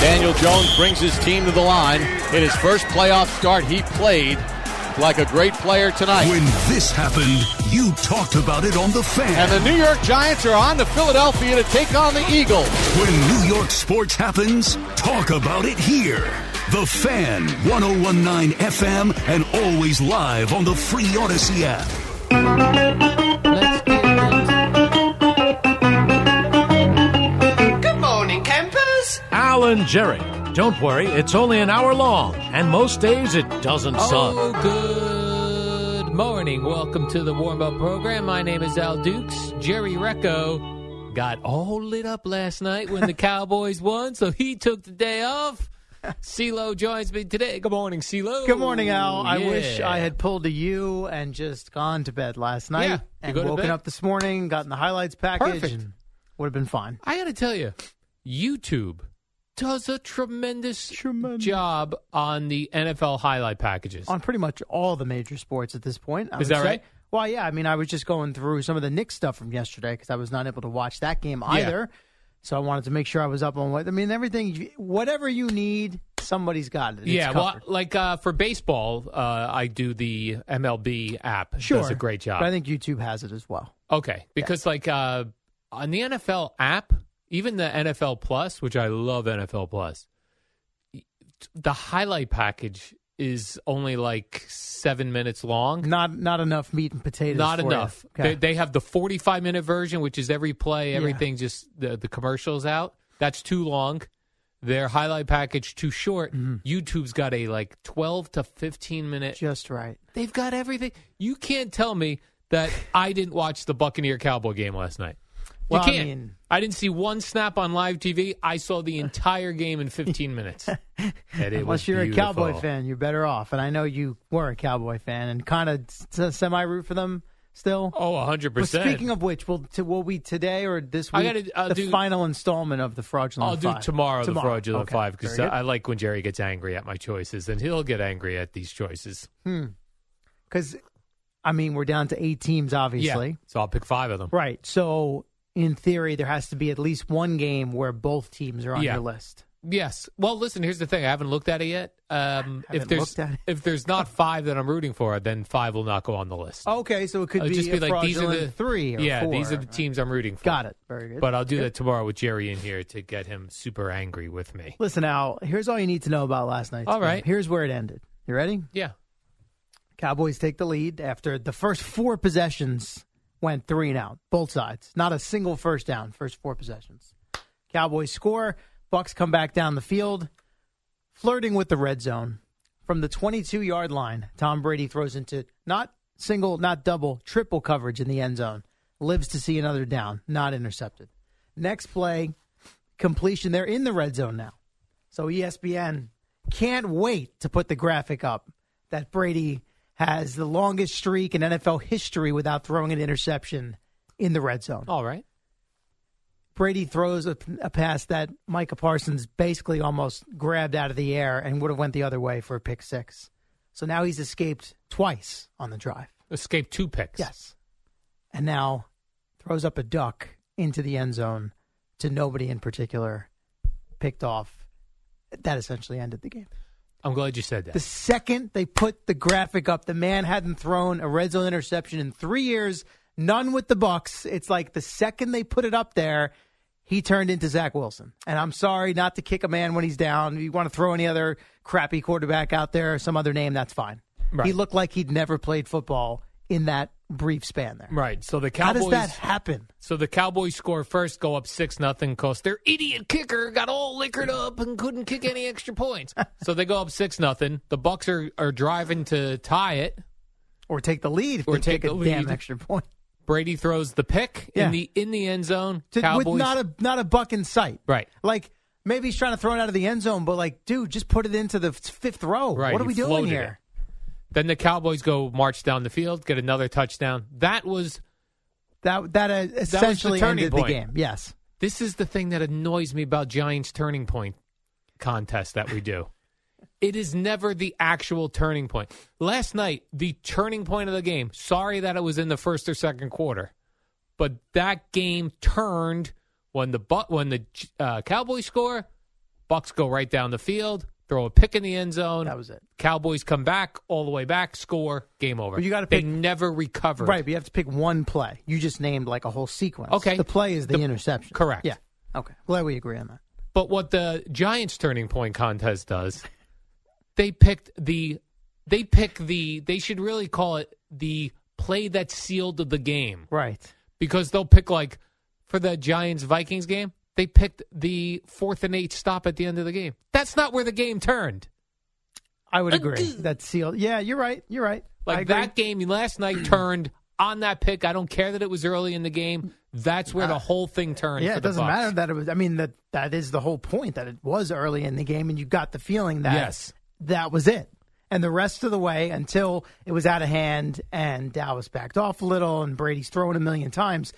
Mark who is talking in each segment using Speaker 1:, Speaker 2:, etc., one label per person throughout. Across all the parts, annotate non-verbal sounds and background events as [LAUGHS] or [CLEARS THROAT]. Speaker 1: Daniel Jones brings his team to the line. In his first playoff start, he played like a great player tonight.
Speaker 2: When this happened, you talked about it on The
Speaker 1: And
Speaker 2: Fan.
Speaker 1: the New York Giants are on to Philadelphia to take on the Eagles.
Speaker 2: When New York sports happens, talk about it here. The Fan, 1019 FM, and always live on the free Odyssey app.
Speaker 3: Good morning, campers.
Speaker 4: Alan Jerry. Don't worry, it's only an hour long, and most days it doesn't suck.
Speaker 5: Oh, good morning. Welcome to the warm up program. My name is Al Dukes. Jerry Recco got all lit up last night
Speaker 1: [LAUGHS]
Speaker 5: when the Cowboys won, so he took the day off. CeeLo joins me today. Good morning, CeeLo.
Speaker 6: Good morning, Al. I wish
Speaker 5: Yeah.
Speaker 6: I had pulled a U and just gone to bed last night
Speaker 5: Yeah, you
Speaker 6: and
Speaker 5: go to
Speaker 6: woken
Speaker 5: bed.
Speaker 6: up this morning, gotten the highlights package,
Speaker 5: Perfect.
Speaker 6: and would have been fine.
Speaker 5: I got to tell you, YouTube does a tremendous,
Speaker 6: Tremendous.
Speaker 5: job on the NFL highlight packages.
Speaker 6: On pretty much all the major sports at this point. I
Speaker 5: Is
Speaker 6: would
Speaker 5: that
Speaker 6: say.
Speaker 5: right?
Speaker 6: Well, yeah. I mean, I was just going through some of the Knicks stuff from yesterday because I was not able to watch that game either. So I wanted to make sure I was up on what. I mean, everything, whatever you need, somebody's got it. It's
Speaker 5: yeah, well,
Speaker 6: covered.
Speaker 5: like uh, for baseball, uh, I do the MLB app. It
Speaker 6: sure,
Speaker 5: does a great job.
Speaker 6: But I think YouTube has it as well.
Speaker 5: Okay, because like uh, on the NFL app, even the NFL Plus, which I love NFL Plus, the highlight package is only like seven minutes long.
Speaker 6: Not not enough meat and potatoes.
Speaker 5: Not
Speaker 6: for you.
Speaker 5: enough.
Speaker 6: Okay.
Speaker 5: They, they have the forty-five minute version, which is every play,
Speaker 6: Yeah.
Speaker 5: everything, just the the commercials out. That's too long. Their highlight package too short.
Speaker 6: Mm-hmm.
Speaker 5: YouTube's got a like twelve to fifteen minute
Speaker 6: just right.
Speaker 5: They've got everything. You can't tell me that I didn't watch the Buccaneer Cowboy game last night.
Speaker 6: Well, I
Speaker 5: you can't. I,
Speaker 6: mean-
Speaker 5: didn't see one snap on live TV. I saw the entire game in
Speaker 6: [LAUGHS]
Speaker 5: 15 minutes. And it
Speaker 6: Unless
Speaker 5: was
Speaker 6: you're a Cowboy
Speaker 5: beautiful.
Speaker 6: fan, you're better off. And I know you were a Cowboy fan and kind of s- semi root for them still.
Speaker 5: Oh, 100%.
Speaker 6: But speaking of which, will t- will we today or this week
Speaker 5: I gotta- I'll
Speaker 6: the
Speaker 5: do-
Speaker 6: final installment of the fraudulent?
Speaker 5: I'll do
Speaker 6: Five?
Speaker 5: tomorrow, the fraudulent
Speaker 6: Okay,
Speaker 5: five because
Speaker 6: very
Speaker 5: I
Speaker 6: good.
Speaker 5: like when Jerry gets angry at my choices, and he'll get angry at these choices.
Speaker 6: 'Cause, I mean we're down to eight teams, obviously.
Speaker 5: Yeah, so I'll pick five of them.
Speaker 6: Right. So in theory, there has to be at least one game where both teams are on
Speaker 5: Yeah.
Speaker 6: your list.
Speaker 5: Yes. Well, listen. Here's the thing. I haven't looked at it yet. Um, if
Speaker 6: Haven't
Speaker 5: there's
Speaker 6: looked at it.
Speaker 5: if there's not five that I'm rooting for, then five will not go on the list.
Speaker 6: Okay, so it could
Speaker 5: It'd
Speaker 6: be,
Speaker 5: Uh, just be
Speaker 6: a
Speaker 5: like these are
Speaker 6: fraudulent
Speaker 5: the
Speaker 6: three. Or
Speaker 5: yeah, these
Speaker 6: four. uh,
Speaker 5: are the teams I'm rooting for.
Speaker 6: Got it. Very good.
Speaker 5: But I'll do
Speaker 6: Good.
Speaker 5: that tomorrow with Jerry in here to get him super angry with me.
Speaker 6: Listen, Al, here's all you need to know about last night's
Speaker 5: All
Speaker 6: game.
Speaker 5: right.
Speaker 6: Here's where it ended. You ready?
Speaker 5: Yeah,
Speaker 6: Cowboys take the lead after the first four possessions went three and out, both sides. Not a single first down, first four possessions. Cowboys score. Bucks come back down the field, flirting with the red zone. From the 22 yard line, Tom Brady throws into not single, not double, triple coverage in the end zone. Lives to see another down, not intercepted. Next play, completion. They're in the red zone now. So E ESPN can't wait to put the graphic up that Brady has the longest streak in NFL history without throwing an interception in the red zone.
Speaker 5: all right.
Speaker 6: Brady throws a, a pass that Micah Parsons basically almost grabbed out of the air and would have went the other way for a pick six. So now he's escaped twice on the drive.
Speaker 5: Escaped two picks.
Speaker 6: Yes. And now throws up a duck into the end zone to nobody in particular, picked off. That essentially ended the game.
Speaker 5: I'm glad you said that.
Speaker 6: The second they put the graphic up, the man hadn't thrown a red zone interception in three years, none with the Bucks. It's like the second they put it up there, he turned into Zach Wilson. And I'm sorry not to kick a man when he's down. If you want to throw any other crappy quarterback out there or some other name, that's fine.
Speaker 5: Right.
Speaker 6: He looked like he'd never played football in that brief span there.
Speaker 5: Right. So the
Speaker 6: How
Speaker 5: Cowboys
Speaker 6: does that happen?
Speaker 5: So the Cowboys score first, go up six nothing, cause their idiot kicker got all liquored up and couldn't kick any extra
Speaker 6: [LAUGHS]
Speaker 5: points. so they go up six nothing. The Bucks are, are driving to tie it.
Speaker 6: Or take the lead if
Speaker 5: Or
Speaker 6: they
Speaker 5: take
Speaker 6: kick
Speaker 5: the
Speaker 6: a damn
Speaker 5: lead.
Speaker 6: extra point.
Speaker 5: Brady throws the pick
Speaker 6: Yeah.
Speaker 5: in the in the end zone.
Speaker 6: To-
Speaker 5: Cowboys
Speaker 6: with not a not a buck in sight.
Speaker 5: right.
Speaker 6: Like maybe he's trying to throw it out of the end zone, but like, dude, just put it into the f- fifth row.
Speaker 5: Right,
Speaker 6: What are
Speaker 5: he
Speaker 6: we doing
Speaker 5: floated
Speaker 6: here?
Speaker 5: it. Then the Cowboys go march down the field, get another touchdown. That was
Speaker 6: That that uh,
Speaker 5: the
Speaker 6: essentially
Speaker 5: turning
Speaker 6: ended
Speaker 5: point.
Speaker 6: the game. Yes,
Speaker 5: This is the thing that annoys me about Giants turning point contest that
Speaker 6: [LAUGHS]
Speaker 5: we do. it is never the actual turning point. Last night, the turning point of the game. Sorry that it was in the first or second quarter, but that game turned when the Bu- when the uh, Cowboys score. Bucks go right down the field, throw a pick in the end zone.
Speaker 6: that was it.
Speaker 5: Cowboys come back all the way back, score, game over.
Speaker 6: But you gotta
Speaker 5: they
Speaker 6: pick-
Speaker 5: never recovered.
Speaker 6: Right, but you have to pick one play. You just named like a whole sequence.
Speaker 5: Okay.
Speaker 6: the play is the,
Speaker 5: The-
Speaker 6: interception.
Speaker 5: correct.
Speaker 6: Yeah. Okay. Glad we agree on that.
Speaker 5: But what the Giants turning point contest does, they picked the they pick the they should really call it the play that sealed the game
Speaker 6: Right.
Speaker 5: because they'll pick like for the Giants Vikings game, they picked the fourth and eight stop at the end of the game. That's not where the game turned.
Speaker 6: I would agree. That's sealed. Yeah, you're right. You're right. I
Speaker 5: Uh, Like
Speaker 6: agree.
Speaker 5: that game last night [CLEARS THROAT] turned on that pick. I don't care that it was early in the game. That's where the whole thing turned.
Speaker 6: Yeah,
Speaker 5: for
Speaker 6: it
Speaker 5: the
Speaker 6: doesn't
Speaker 5: Bucks.
Speaker 6: matter that it was. I mean, that that is the whole point that it was early in the game, and you got the feeling that
Speaker 5: Yes.
Speaker 6: that was it. And the rest of the way until it was out of hand and Dallas backed off a little, and Brady's thrown a million times.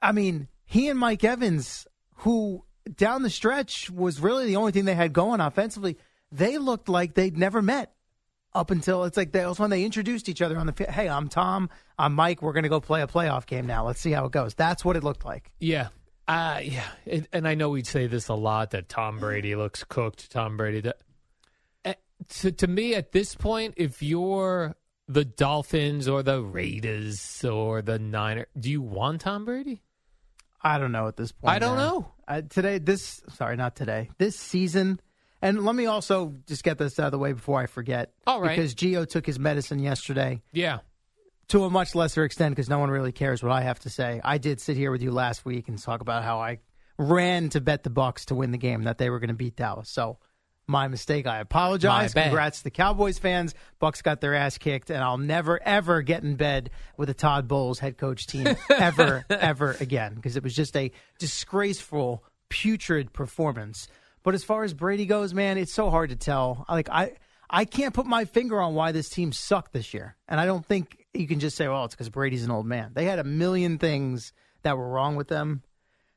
Speaker 6: I mean, he and Mike Evans, who down the stretch was really the only thing they had going offensively, they looked like they'd never met up until it's like that was when they introduced each other on the fi- hey i'm tom i'm mike we're going to go play a playoff game now let's see how it goes that's what it looked like
Speaker 5: Yeah. Uh, yeah. And, and I know we'd say this a lot that Tom Brady looks cooked. Tom Brady. That, Eh, to, to me, at this point, if you're the Dolphins or the Raiders or the Niner, do you want Tom Brady?
Speaker 6: I don't know at this point.
Speaker 5: I don't
Speaker 6: man.
Speaker 5: know.
Speaker 6: Uh, today, this sorry, not today. This season, and let me also just get this out of the way before I forget.
Speaker 5: All right.
Speaker 6: because Geo took his medicine yesterday
Speaker 5: Yeah.
Speaker 6: to a much lesser extent because no one really cares what I have to say. I did sit here with you last week and talk about how I ran to bet the Bucks to win the game that they were going to beat Dallas. So my mistake. I apologize.
Speaker 5: My bad.
Speaker 6: Congrats to the Cowboys fans. Bucks got their ass kicked, and I'll never ever get in bed with a Todd Bowles head coach
Speaker 5: [LAUGHS]
Speaker 6: team ever ever again because it was just a disgraceful, putrid performance. But as far as Brady goes, man, it's so hard to tell. Like I. I can't put my finger on why this team sucked this year. And I don't think you can just say, well, it's because Brady's an old man. They had a million things that were wrong with them.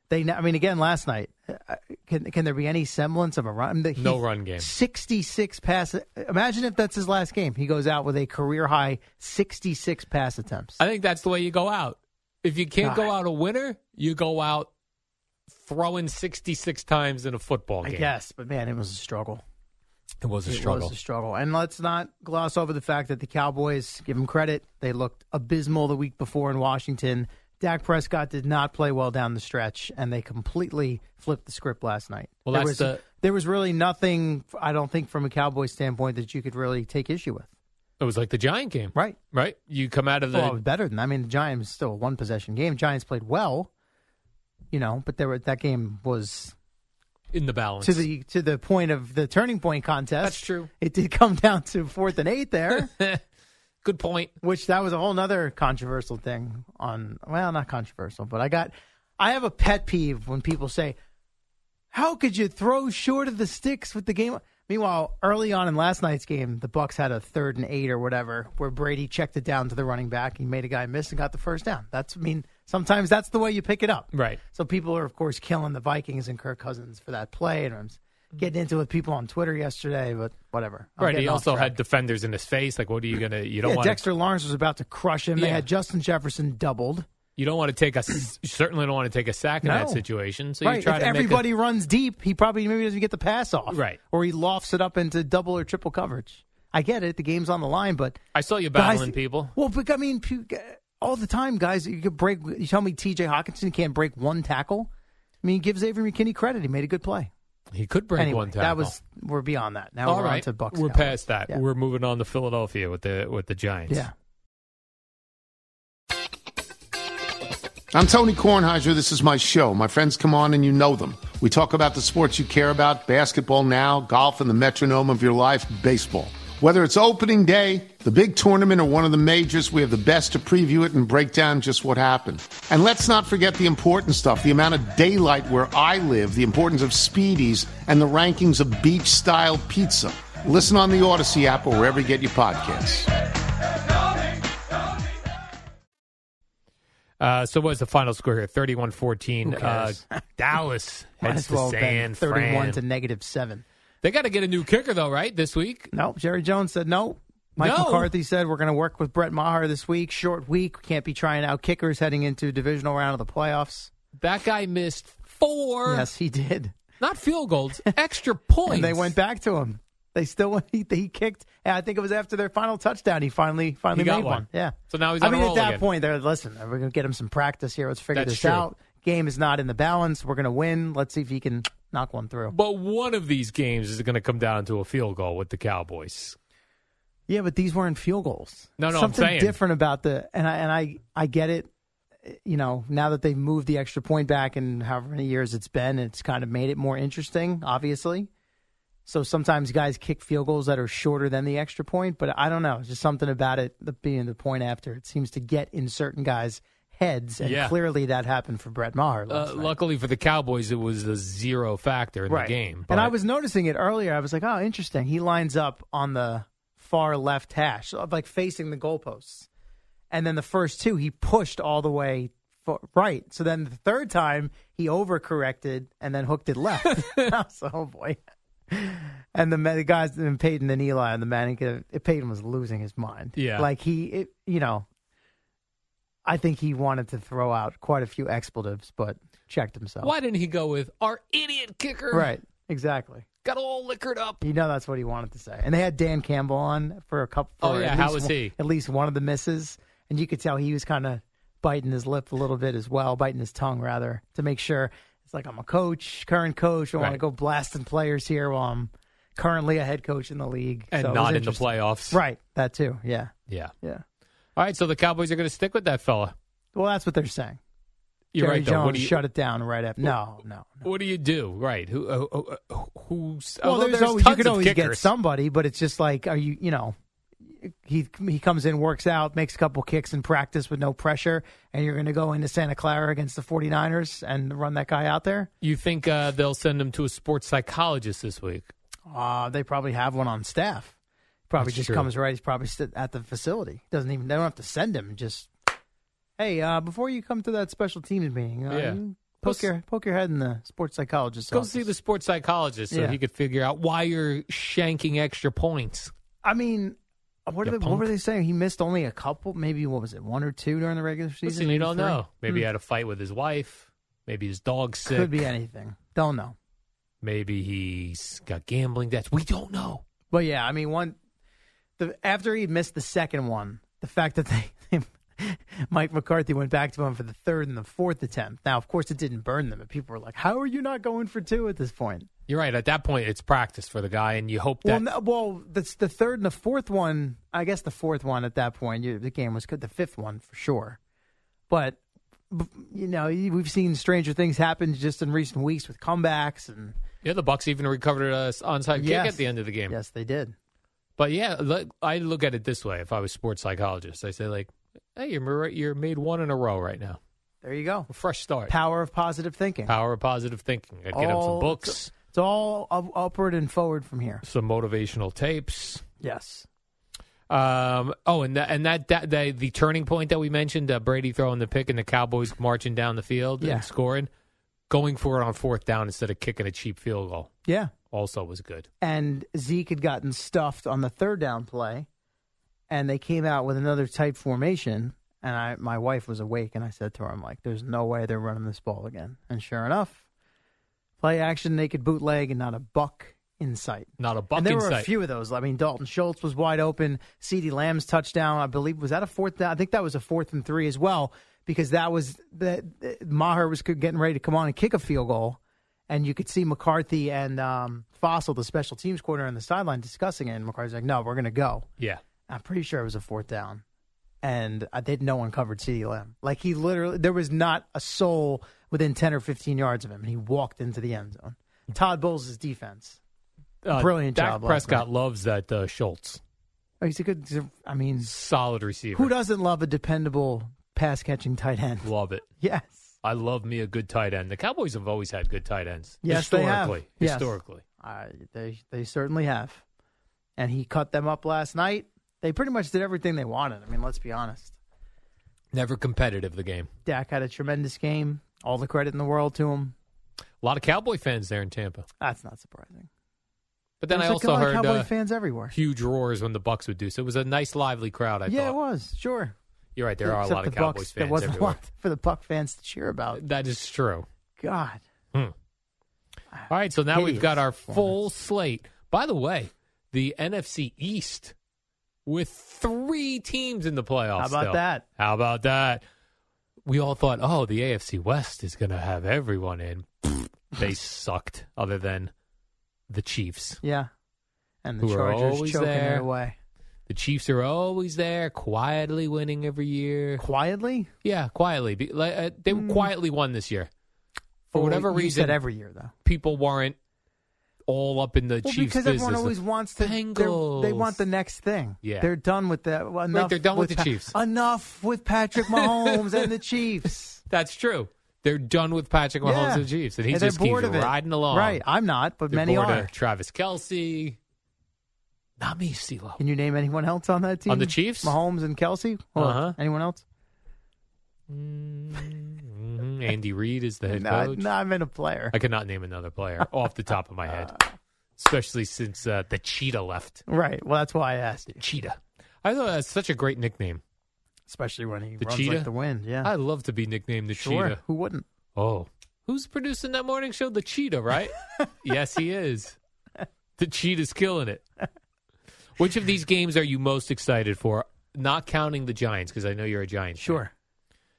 Speaker 6: They, I mean, again, last night, uh, can can there be any semblance of a run? I mean, he-
Speaker 5: No run game.
Speaker 6: Sixty-six pass. uh, Imagine if that's his last game. He goes out with a career high sixty-six pass attempts.
Speaker 5: I think that's the way you go out. If you can't go out a winner, you go out throwing 66 times in a football
Speaker 6: I
Speaker 5: game.
Speaker 6: guess, but man, it was a struggle.
Speaker 5: It was a
Speaker 6: it
Speaker 5: struggle.
Speaker 6: was a struggle. And let's not gloss over the fact that the Cowboys give them credit. They looked abysmal the week before in Washington. Dak Prescott did not play well down the stretch, and they completely flipped the script last night.
Speaker 5: Well,
Speaker 6: there
Speaker 5: that's
Speaker 6: was
Speaker 5: the-
Speaker 6: there was really nothing I don't think from a Cowboys standpoint that you could really take issue with.
Speaker 5: it was like the Giant game,
Speaker 6: Right.
Speaker 5: right? You come out of the.
Speaker 6: Well, it was better than that. I mean, the Giants still a one possession game. Giants played well, you know, but there were that game was
Speaker 5: in the balance.
Speaker 6: to the to the point of the turning point contest.
Speaker 5: That's true.
Speaker 6: It did come [LAUGHS] down to fourth and eight
Speaker 5: [LAUGHS]
Speaker 6: there,
Speaker 5: Good point.
Speaker 6: which that was a whole nother controversial thing on well, not controversial, but I got I have a pet peeve when people say, How could you throw short of the sticks with the game? Meanwhile, early on in last night's game, the Bucks had a third and eight or whatever, where Brady checked it down to the running back. He made a guy miss and got the first down. That's I mean, Sometimes that's the way you pick it up.
Speaker 5: Right.
Speaker 6: So people are, of course, killing the Vikings and Kirk Cousins for that play. And I'm getting into it with people on Twitter yesterday, but whatever. I'm
Speaker 5: Mm-hmm. right. He
Speaker 6: getting off
Speaker 5: also
Speaker 6: track.
Speaker 5: had defenders in his face. Like, what are you gonna? You don't
Speaker 6: yeah,
Speaker 5: want
Speaker 6: Dexter Lawrence was about to crush him. They
Speaker 5: Yeah.
Speaker 6: had Justin Jefferson doubled.
Speaker 5: You don't want to take a. s- you certainly don't want to take a sack in that
Speaker 6: No.
Speaker 5: situation. So
Speaker 6: right.
Speaker 5: you try
Speaker 6: if
Speaker 5: to
Speaker 6: everybody
Speaker 5: Make
Speaker 6: runs deep, he probably maybe doesn't get the pass off.
Speaker 5: Right.
Speaker 6: Or he lofts it up into double or triple coverage. I get it. The game's on the line, but
Speaker 5: a, I saw you
Speaker 6: Guys-
Speaker 5: battling people.
Speaker 6: Well, but I mean, pu- all the time, guys, you could break. You tell me T.J. Hawkinson can't break one tackle. I mean, give Xavier McKinney credit. He made a good play.
Speaker 5: He could break
Speaker 6: Anyway,
Speaker 5: one tackle.
Speaker 6: That was we're beyond that. Now
Speaker 5: All
Speaker 6: we're on
Speaker 5: right.
Speaker 6: to Bucks.
Speaker 5: We're
Speaker 6: Cowboys.
Speaker 5: past that.
Speaker 6: Yeah.
Speaker 5: We're moving on to Philadelphia with the with the Giants.
Speaker 6: Yeah.
Speaker 7: I'm Tony Kornheiser. This is my show. My friends come on and you know them. We talk about the sports you care about basketball now, golf, and the metronome of your life, baseball. Whether it's opening day, the big tournament, or one of the majors, we have the best to preview it and break down just what happened. And let's not forget the important stuff the amount of daylight where I live, the importance of speedies, and the rankings of beach style pizza. Listen on the Odyssey app or wherever you get your podcasts.
Speaker 5: Uh, so what's the final score here? 31-14.
Speaker 6: Who
Speaker 5: Uh,
Speaker 6: cares? [LAUGHS]
Speaker 5: Dallas
Speaker 6: Might
Speaker 5: heads
Speaker 6: as well
Speaker 5: to
Speaker 6: have
Speaker 5: San
Speaker 6: been thirty-one
Speaker 5: Fran.
Speaker 6: to negative seven.
Speaker 5: They got to get a new kicker though, right? This week.
Speaker 6: No, Jerry Jones said no. Mike
Speaker 5: No.
Speaker 6: McCarthy said we're going to work with Brett Maher this week. Short week. We can't be trying out kickers heading into divisional round of the playoffs.
Speaker 5: That guy missed four.
Speaker 6: Yes, he did.
Speaker 5: Not
Speaker 6: [LAUGHS]
Speaker 5: field goals, extra points.
Speaker 6: And they went back to him. They still [LAUGHS] he, he kicked. And I think it was after their final touchdown. He finally finally
Speaker 5: He got
Speaker 6: made
Speaker 5: one.
Speaker 6: Yeah.
Speaker 5: So now he's
Speaker 6: I
Speaker 5: on a
Speaker 6: mean,
Speaker 5: roll
Speaker 6: at that
Speaker 5: again.
Speaker 6: point, they're listen. We're going to get him some practice here. Let's figure
Speaker 5: That's
Speaker 6: this
Speaker 5: true.
Speaker 6: out. Game is not in the balance. We're going to win. Let's see if he can knock one through.
Speaker 5: But one of these games is going to come down to a field goal with the Cowboys.
Speaker 6: Yeah, but these weren't field goals.
Speaker 5: No, no, I'm
Speaker 6: something
Speaker 5: saying.
Speaker 6: different about the and I and I I get it. You know, now that they've moved the extra point back and however many years it's been, it's kind of made it more interesting, obviously. So sometimes guys kick field goals that are shorter than the extra point, but I don't know. It's just something about it the, being the point after. It seems to get in certain guys' heads, and
Speaker 5: Yeah.
Speaker 6: clearly that happened for Brett Maher. last
Speaker 5: Uh,
Speaker 6: night.
Speaker 5: luckily for the Cowboys, it was a zero factor in the game. But
Speaker 6: And I was noticing it earlier. I was like, oh, interesting. He lines up on the far left hash, so, like facing the goalposts. And then the first two, he pushed all the way for, right. So then the third time, he overcorrected and then hooked it
Speaker 5: [LAUGHS]
Speaker 6: left. [LAUGHS] I was like, oh, boy. And the, ma- the guys, and Peyton and Eli and the Manning, Peyton was losing his mind.
Speaker 5: Yeah.
Speaker 6: Like he, it, you know, I think he wanted to throw out quite a few expletives, but checked himself.
Speaker 5: why didn't he go with our idiot kicker?
Speaker 6: Right. Exactly.
Speaker 5: Got all liquored up.
Speaker 6: You know that's what he wanted to say. And they had Dan Campbell on for a couple.
Speaker 5: Oh,
Speaker 6: for
Speaker 5: yeah,
Speaker 6: at
Speaker 5: how
Speaker 6: least
Speaker 5: was
Speaker 6: one-
Speaker 5: he?
Speaker 6: At least one of the misses, and you could tell he was kind of biting his lip a little bit as well, biting his tongue rather, to make sure. It's like I'm a coach, current coach. I want to
Speaker 5: Right.
Speaker 6: go blasting players here while I'm currently a head coach in the league
Speaker 5: And
Speaker 6: So it was
Speaker 5: not in the
Speaker 6: interesting.
Speaker 5: playoffs.
Speaker 6: Right, that too. Yeah,
Speaker 5: Yeah.
Speaker 6: yeah.
Speaker 5: All right, so the Cowboys are going to stick with that fella.
Speaker 6: Well, that's what they're saying.
Speaker 5: You're
Speaker 6: Jerry
Speaker 5: right, though.
Speaker 6: Jones
Speaker 5: What do you-
Speaker 6: shut it down right after. No, no.
Speaker 5: What do you do? Right. Who? Uh, uh, uh, who's?
Speaker 6: Well,
Speaker 5: although
Speaker 6: there's, always you
Speaker 5: tons
Speaker 6: could
Speaker 5: of
Speaker 6: always get
Speaker 5: kickers.
Speaker 6: somebody, but it's just like, are you, you know, he he comes in, works out, makes a couple kicks in practice with no pressure, and you're going to go into Santa Clara against the 49ers and run that guy out there.
Speaker 5: You think uh, they'll send him to a sports psychologist this week?
Speaker 6: Uh, they probably have one on staff. Probably
Speaker 5: That's
Speaker 6: just
Speaker 5: true.
Speaker 6: comes right. He's probably st- at the facility. Doesn't even they don't have to send him. Just hey, uh, before you come to that special teams meeting, uh,
Speaker 5: Yeah.
Speaker 6: you poke your poke your head in the sports psychologist.
Speaker 5: Go
Speaker 6: office.
Speaker 5: see the sports psychologist so
Speaker 6: Yeah.
Speaker 5: he could figure out why you're shanking extra points.
Speaker 6: I mean, what, are
Speaker 5: You
Speaker 6: they, what
Speaker 5: punk.
Speaker 6: were they saying? He missed only a couple, maybe what was it, one or two during the regular season?
Speaker 5: Listen, you
Speaker 6: maybe
Speaker 5: don't
Speaker 6: three?
Speaker 5: know. Maybe he
Speaker 6: Hmm.
Speaker 5: had a fight with his wife. Maybe his dog's sick.
Speaker 6: could be anything. Don't know.
Speaker 5: Maybe he's got gambling debts. We don't know.
Speaker 6: But yeah, I mean, one the after he missed the second one, the fact that they [LAUGHS] Mike McCarthy went back to him for the third and the fourth attempt. Now, of course, it didn't burn them, and people were like, "How are you not going for two at this point?"
Speaker 5: You're right. At that point, it's practice for the guy, and you hope
Speaker 6: Well,
Speaker 5: that.
Speaker 6: no, well, that's the third and the fourth one. I guess the fourth one at that point, you, the game was good. The fifth one for sure, but b- you know we've seen stranger things happen just in recent weeks with comebacks and
Speaker 5: Yeah, the Bucks even recovered an onside
Speaker 6: Yes.
Speaker 5: kick at the end of the game.
Speaker 6: yes, they did.
Speaker 5: But yeah, look, I look at it this way. If I was sports psychologist, I say like, "Hey, you're mar- you're made one in a row right now.
Speaker 6: There you go.
Speaker 5: A fresh start.
Speaker 6: Power of positive thinking.
Speaker 5: Power of positive thinking. I'd get him some
Speaker 6: All-
Speaker 5: books,
Speaker 6: It's all up, upward and forward from here.
Speaker 5: some motivational tapes.
Speaker 6: Yes.
Speaker 5: Um, oh, and that, and that, that the, the turning point that we mentioned, uh, Brady throwing the pick and the Cowboys marching down the field
Speaker 6: Yeah.
Speaker 5: and scoring, going for it on fourth down instead of kicking a cheap field goal,
Speaker 6: Yeah.
Speaker 5: also was good.
Speaker 6: and Zeke had gotten stuffed on the third down play, and they came out with another tight formation. And I, my wife was awake, and I said to her, "I'm like, there's no way they're running this ball again." And sure enough, play action, naked bootleg, and not a buck in sight.
Speaker 5: Not a buck
Speaker 6: and there
Speaker 5: in
Speaker 6: were a
Speaker 5: sight.
Speaker 6: few of those. I mean, Dalton Schultz was wide open. Ceedee Lamb's touchdown, I believe, was that a fourth down? I think that was a fourth and three as well, because that was that Maher was getting ready to come on and kick a field goal, and you could see McCarthy and um, Fossil, the special teams coordinator, on the sideline discussing it. And McCarthy's like, "No, we're going to go."
Speaker 5: Yeah.
Speaker 6: I'm pretty sure it was a fourth down, and I did. No one covered Ceedee Lamb. Like he literally, there was not a soul within ten or fifteen yards of him, and he walked into the end zone. Todd Bowles' defense,
Speaker 5: Uh,
Speaker 6: brilliant
Speaker 5: Dak
Speaker 6: job. last
Speaker 5: Prescott
Speaker 6: night.
Speaker 5: loves that uh, Schultz,
Speaker 6: Oh, he's a good. he's a- I mean,
Speaker 5: solid receiver.
Speaker 6: who doesn't love a dependable pass catching tight end? [LAUGHS]
Speaker 5: love it?
Speaker 6: Yes,
Speaker 5: I love me a good tight end. The Cowboys have always had good tight ends.
Speaker 6: yes, they have.
Speaker 5: historically,
Speaker 6: Yes.
Speaker 5: historically.
Speaker 6: I- they they certainly have. And he cut them up last night. They pretty much did everything they wanted. I mean, let's be honest.
Speaker 5: Never competitive the game.
Speaker 6: Dak had a tremendous game. All the credit in the world to him.
Speaker 5: A lot of Cowboy fans there in Tampa.
Speaker 6: That's not surprising.
Speaker 5: But then
Speaker 6: There's
Speaker 5: I
Speaker 6: a
Speaker 5: also
Speaker 6: lot of
Speaker 5: heard
Speaker 6: Cowboy
Speaker 5: uh,
Speaker 6: fans everywhere.
Speaker 5: huge roars when the Bucks would do so. It was a nice, lively crowd. I
Speaker 6: yeah,
Speaker 5: thought
Speaker 6: it was sure.
Speaker 5: you're right. There are a
Speaker 6: Except
Speaker 5: lot of
Speaker 6: the Bucks,
Speaker 5: Cowboys
Speaker 6: There
Speaker 5: fans
Speaker 6: wasn't
Speaker 5: everywhere.
Speaker 6: a lot for the Buck fans to cheer about.
Speaker 5: [LAUGHS] That is true.
Speaker 6: God, Ah.
Speaker 5: Hmm. All right, so now we've
Speaker 6: Hideous
Speaker 5: got our full slate. By the way, the NFC East with three teams in the playoffs.
Speaker 6: How about
Speaker 5: still.
Speaker 6: that?
Speaker 5: How about that? We all thought, oh, the AFC West is going to have
Speaker 6: [LAUGHS]
Speaker 5: everyone in. they sucked, other than the Chiefs.
Speaker 6: yeah. And the
Speaker 5: Who are
Speaker 6: Chargers
Speaker 5: always
Speaker 6: choking
Speaker 5: there.
Speaker 6: it away
Speaker 5: The Chiefs are always there, quietly winning every year.
Speaker 6: quietly.
Speaker 5: Yeah, quietly. Be- like, uh, They quietly won this year. For
Speaker 6: Hmm. Well,
Speaker 5: whatever
Speaker 6: you
Speaker 5: reason,
Speaker 6: said every year though.
Speaker 5: people weren't all up in the
Speaker 6: Well,
Speaker 5: Chiefs
Speaker 6: because
Speaker 5: business.
Speaker 6: everyone always wants to. they're- They want the next thing.
Speaker 5: Yeah.
Speaker 6: they're done with that. Well, enough
Speaker 5: they're done with the
Speaker 6: Pa-
Speaker 5: Chiefs.
Speaker 6: Enough with
Speaker 5: [LAUGHS]
Speaker 6: Patrick Mahomes and the Chiefs.
Speaker 5: That's true. They're done with Patrick Mahomes
Speaker 6: Yeah.
Speaker 5: and the Chiefs, and he
Speaker 6: And they're
Speaker 5: just keeps
Speaker 6: bored of it.
Speaker 5: riding along.
Speaker 6: Right, I'm not, but
Speaker 5: They're
Speaker 6: many
Speaker 5: bored
Speaker 6: are.
Speaker 5: Of Travis Kelsey, not me, CeeLo.
Speaker 6: Can you name anyone else on that team?
Speaker 5: On the Chiefs?
Speaker 6: Mahomes and Kelsey. Or
Speaker 5: Uh-huh.
Speaker 6: Anyone else?
Speaker 5: Mhm. Andy Reid is the head
Speaker 6: no,
Speaker 5: coach.
Speaker 6: no, I'm in a player.
Speaker 5: I cannot name another player off the top of my head, especially since uh, the Cheetah left.
Speaker 6: Right. Well, that's why I asked you.
Speaker 5: Cheetah. I thought that's such a great nickname.
Speaker 6: Especially when he
Speaker 5: The
Speaker 6: runs
Speaker 5: cheetah?
Speaker 6: like the wind. Yeah.
Speaker 5: I'd love to be nicknamed the
Speaker 6: sure.
Speaker 5: Cheetah.
Speaker 6: Who wouldn't?
Speaker 5: Oh. Who's producing that morning show? The
Speaker 6: [LAUGHS]
Speaker 5: Cheetah, right? yes, he is. The Cheetah's killing it. Which of these games are you most excited for? Not counting the Giants, because I know you're a Giants. fan.
Speaker 6: Sure.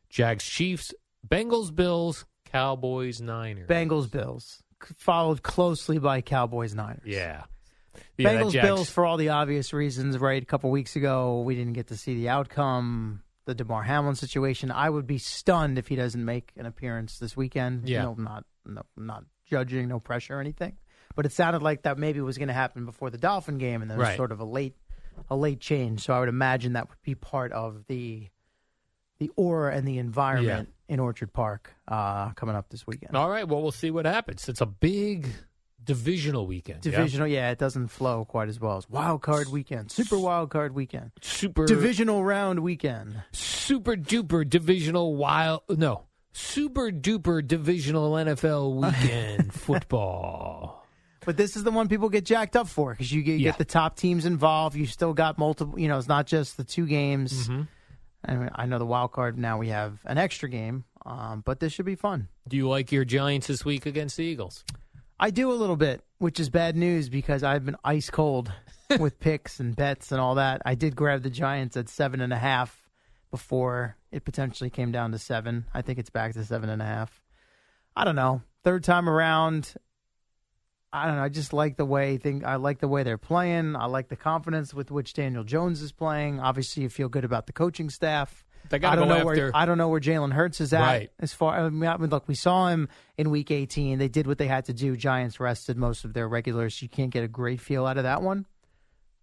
Speaker 5: Jags, Chiefs, Bengals, Bills, Cowboys, Niners.
Speaker 6: Bengals Bills, c- followed closely by Cowboys Niners.
Speaker 5: Yeah. yeah that
Speaker 6: Bengals
Speaker 5: Jags-
Speaker 6: Bills for all the obvious reasons, right? A couple weeks ago, we didn't get to see the outcome, the DeMar Hamlin situation. I would be stunned if he doesn't make an appearance this weekend.
Speaker 5: Yeah.
Speaker 6: No, not no, not judging, no pressure or anything. But it sounded like that maybe was going to happen before the Dolphin game, and then
Speaker 5: Right.
Speaker 6: was sort of a late a late change. So I would imagine that would be part of the the aura and the environment in Orchard Park uh, coming up this weekend.
Speaker 5: All right. Well, we'll see what happens. It's a big divisional weekend. yeah?
Speaker 6: Divisional, yeah? it doesn't flow quite as well as wild card weekend, super wild card weekend,
Speaker 5: Super
Speaker 6: divisional round weekend.
Speaker 5: super duper divisional wild no super duper divisional NFL
Speaker 6: [LAUGHS]
Speaker 5: weekend football.
Speaker 6: But this is the one people get jacked up for because you, get, you
Speaker 5: Yeah.
Speaker 6: get the top teams involved. You still got multiple, you know, it's not just the two games. I, mean, I know the wild card now we have an extra game, um, but this should be fun.
Speaker 5: Do you like your Giants this week against the Eagles?
Speaker 6: I do a little bit, which is bad news because I've been ice
Speaker 5: [LAUGHS]
Speaker 6: cold with picks and bets and all that. I did grab the Giants at seven and a half before it potentially came down to seven. I think it's back to seven and a half. I don't know. Third time around, I don't know. I just like the way think. I like the way they're playing. I like the confidence with which Daniel Jones is playing. Obviously, you feel good about the coaching staff.
Speaker 5: They gotta
Speaker 6: I don't
Speaker 5: go
Speaker 6: know where
Speaker 5: after-
Speaker 6: I don't know where Jalen Hurts is at.
Speaker 5: Right.
Speaker 6: As far I mean, I mean, look, we saw him in Week 18. They did what they had to do. Giants rested most of their regulars. You can't get a great feel out of that one.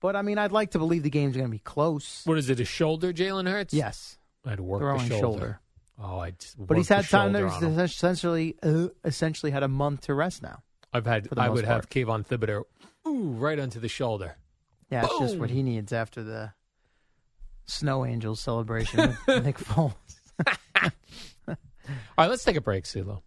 Speaker 6: But I mean, I'd like to believe the game's going to be close.
Speaker 5: What is it? A shoulder, Jalen Hurts?
Speaker 6: Yes,
Speaker 5: I'd work
Speaker 6: throwing
Speaker 5: the
Speaker 6: shoulder.
Speaker 5: shoulder. Oh, I. Just
Speaker 6: but he's
Speaker 5: work
Speaker 6: had
Speaker 5: the
Speaker 6: time.
Speaker 5: shoulder
Speaker 6: To,
Speaker 5: on him.
Speaker 6: essentially, uh, essentially had a month to rest now.
Speaker 5: I've had.
Speaker 6: for the
Speaker 5: I
Speaker 6: most
Speaker 5: would have Kayvon Thibodeau. Ooh, right onto the shoulder.
Speaker 6: Yeah, it's just what he needs after the snow angels
Speaker 5: [LAUGHS]
Speaker 6: celebration with Nick Foles.
Speaker 5: All right, let's take a break, Sulo.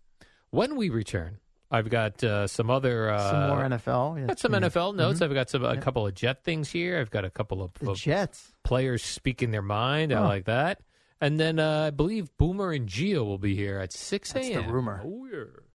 Speaker 5: When we return, I've got uh, some other uh,
Speaker 6: Some more NFL. yeah.
Speaker 5: Got some
Speaker 6: Yeah.
Speaker 5: NFL notes.
Speaker 6: Mhm.
Speaker 5: I've got some a couple of Jet things here. I've got a couple of, of
Speaker 6: Jets
Speaker 5: players speaking their mind. I
Speaker 6: Huh.
Speaker 5: like that. And then uh, I believe Boomer and Geo will be here at six a.m.
Speaker 6: That's the rumor.
Speaker 5: Oh, yeah.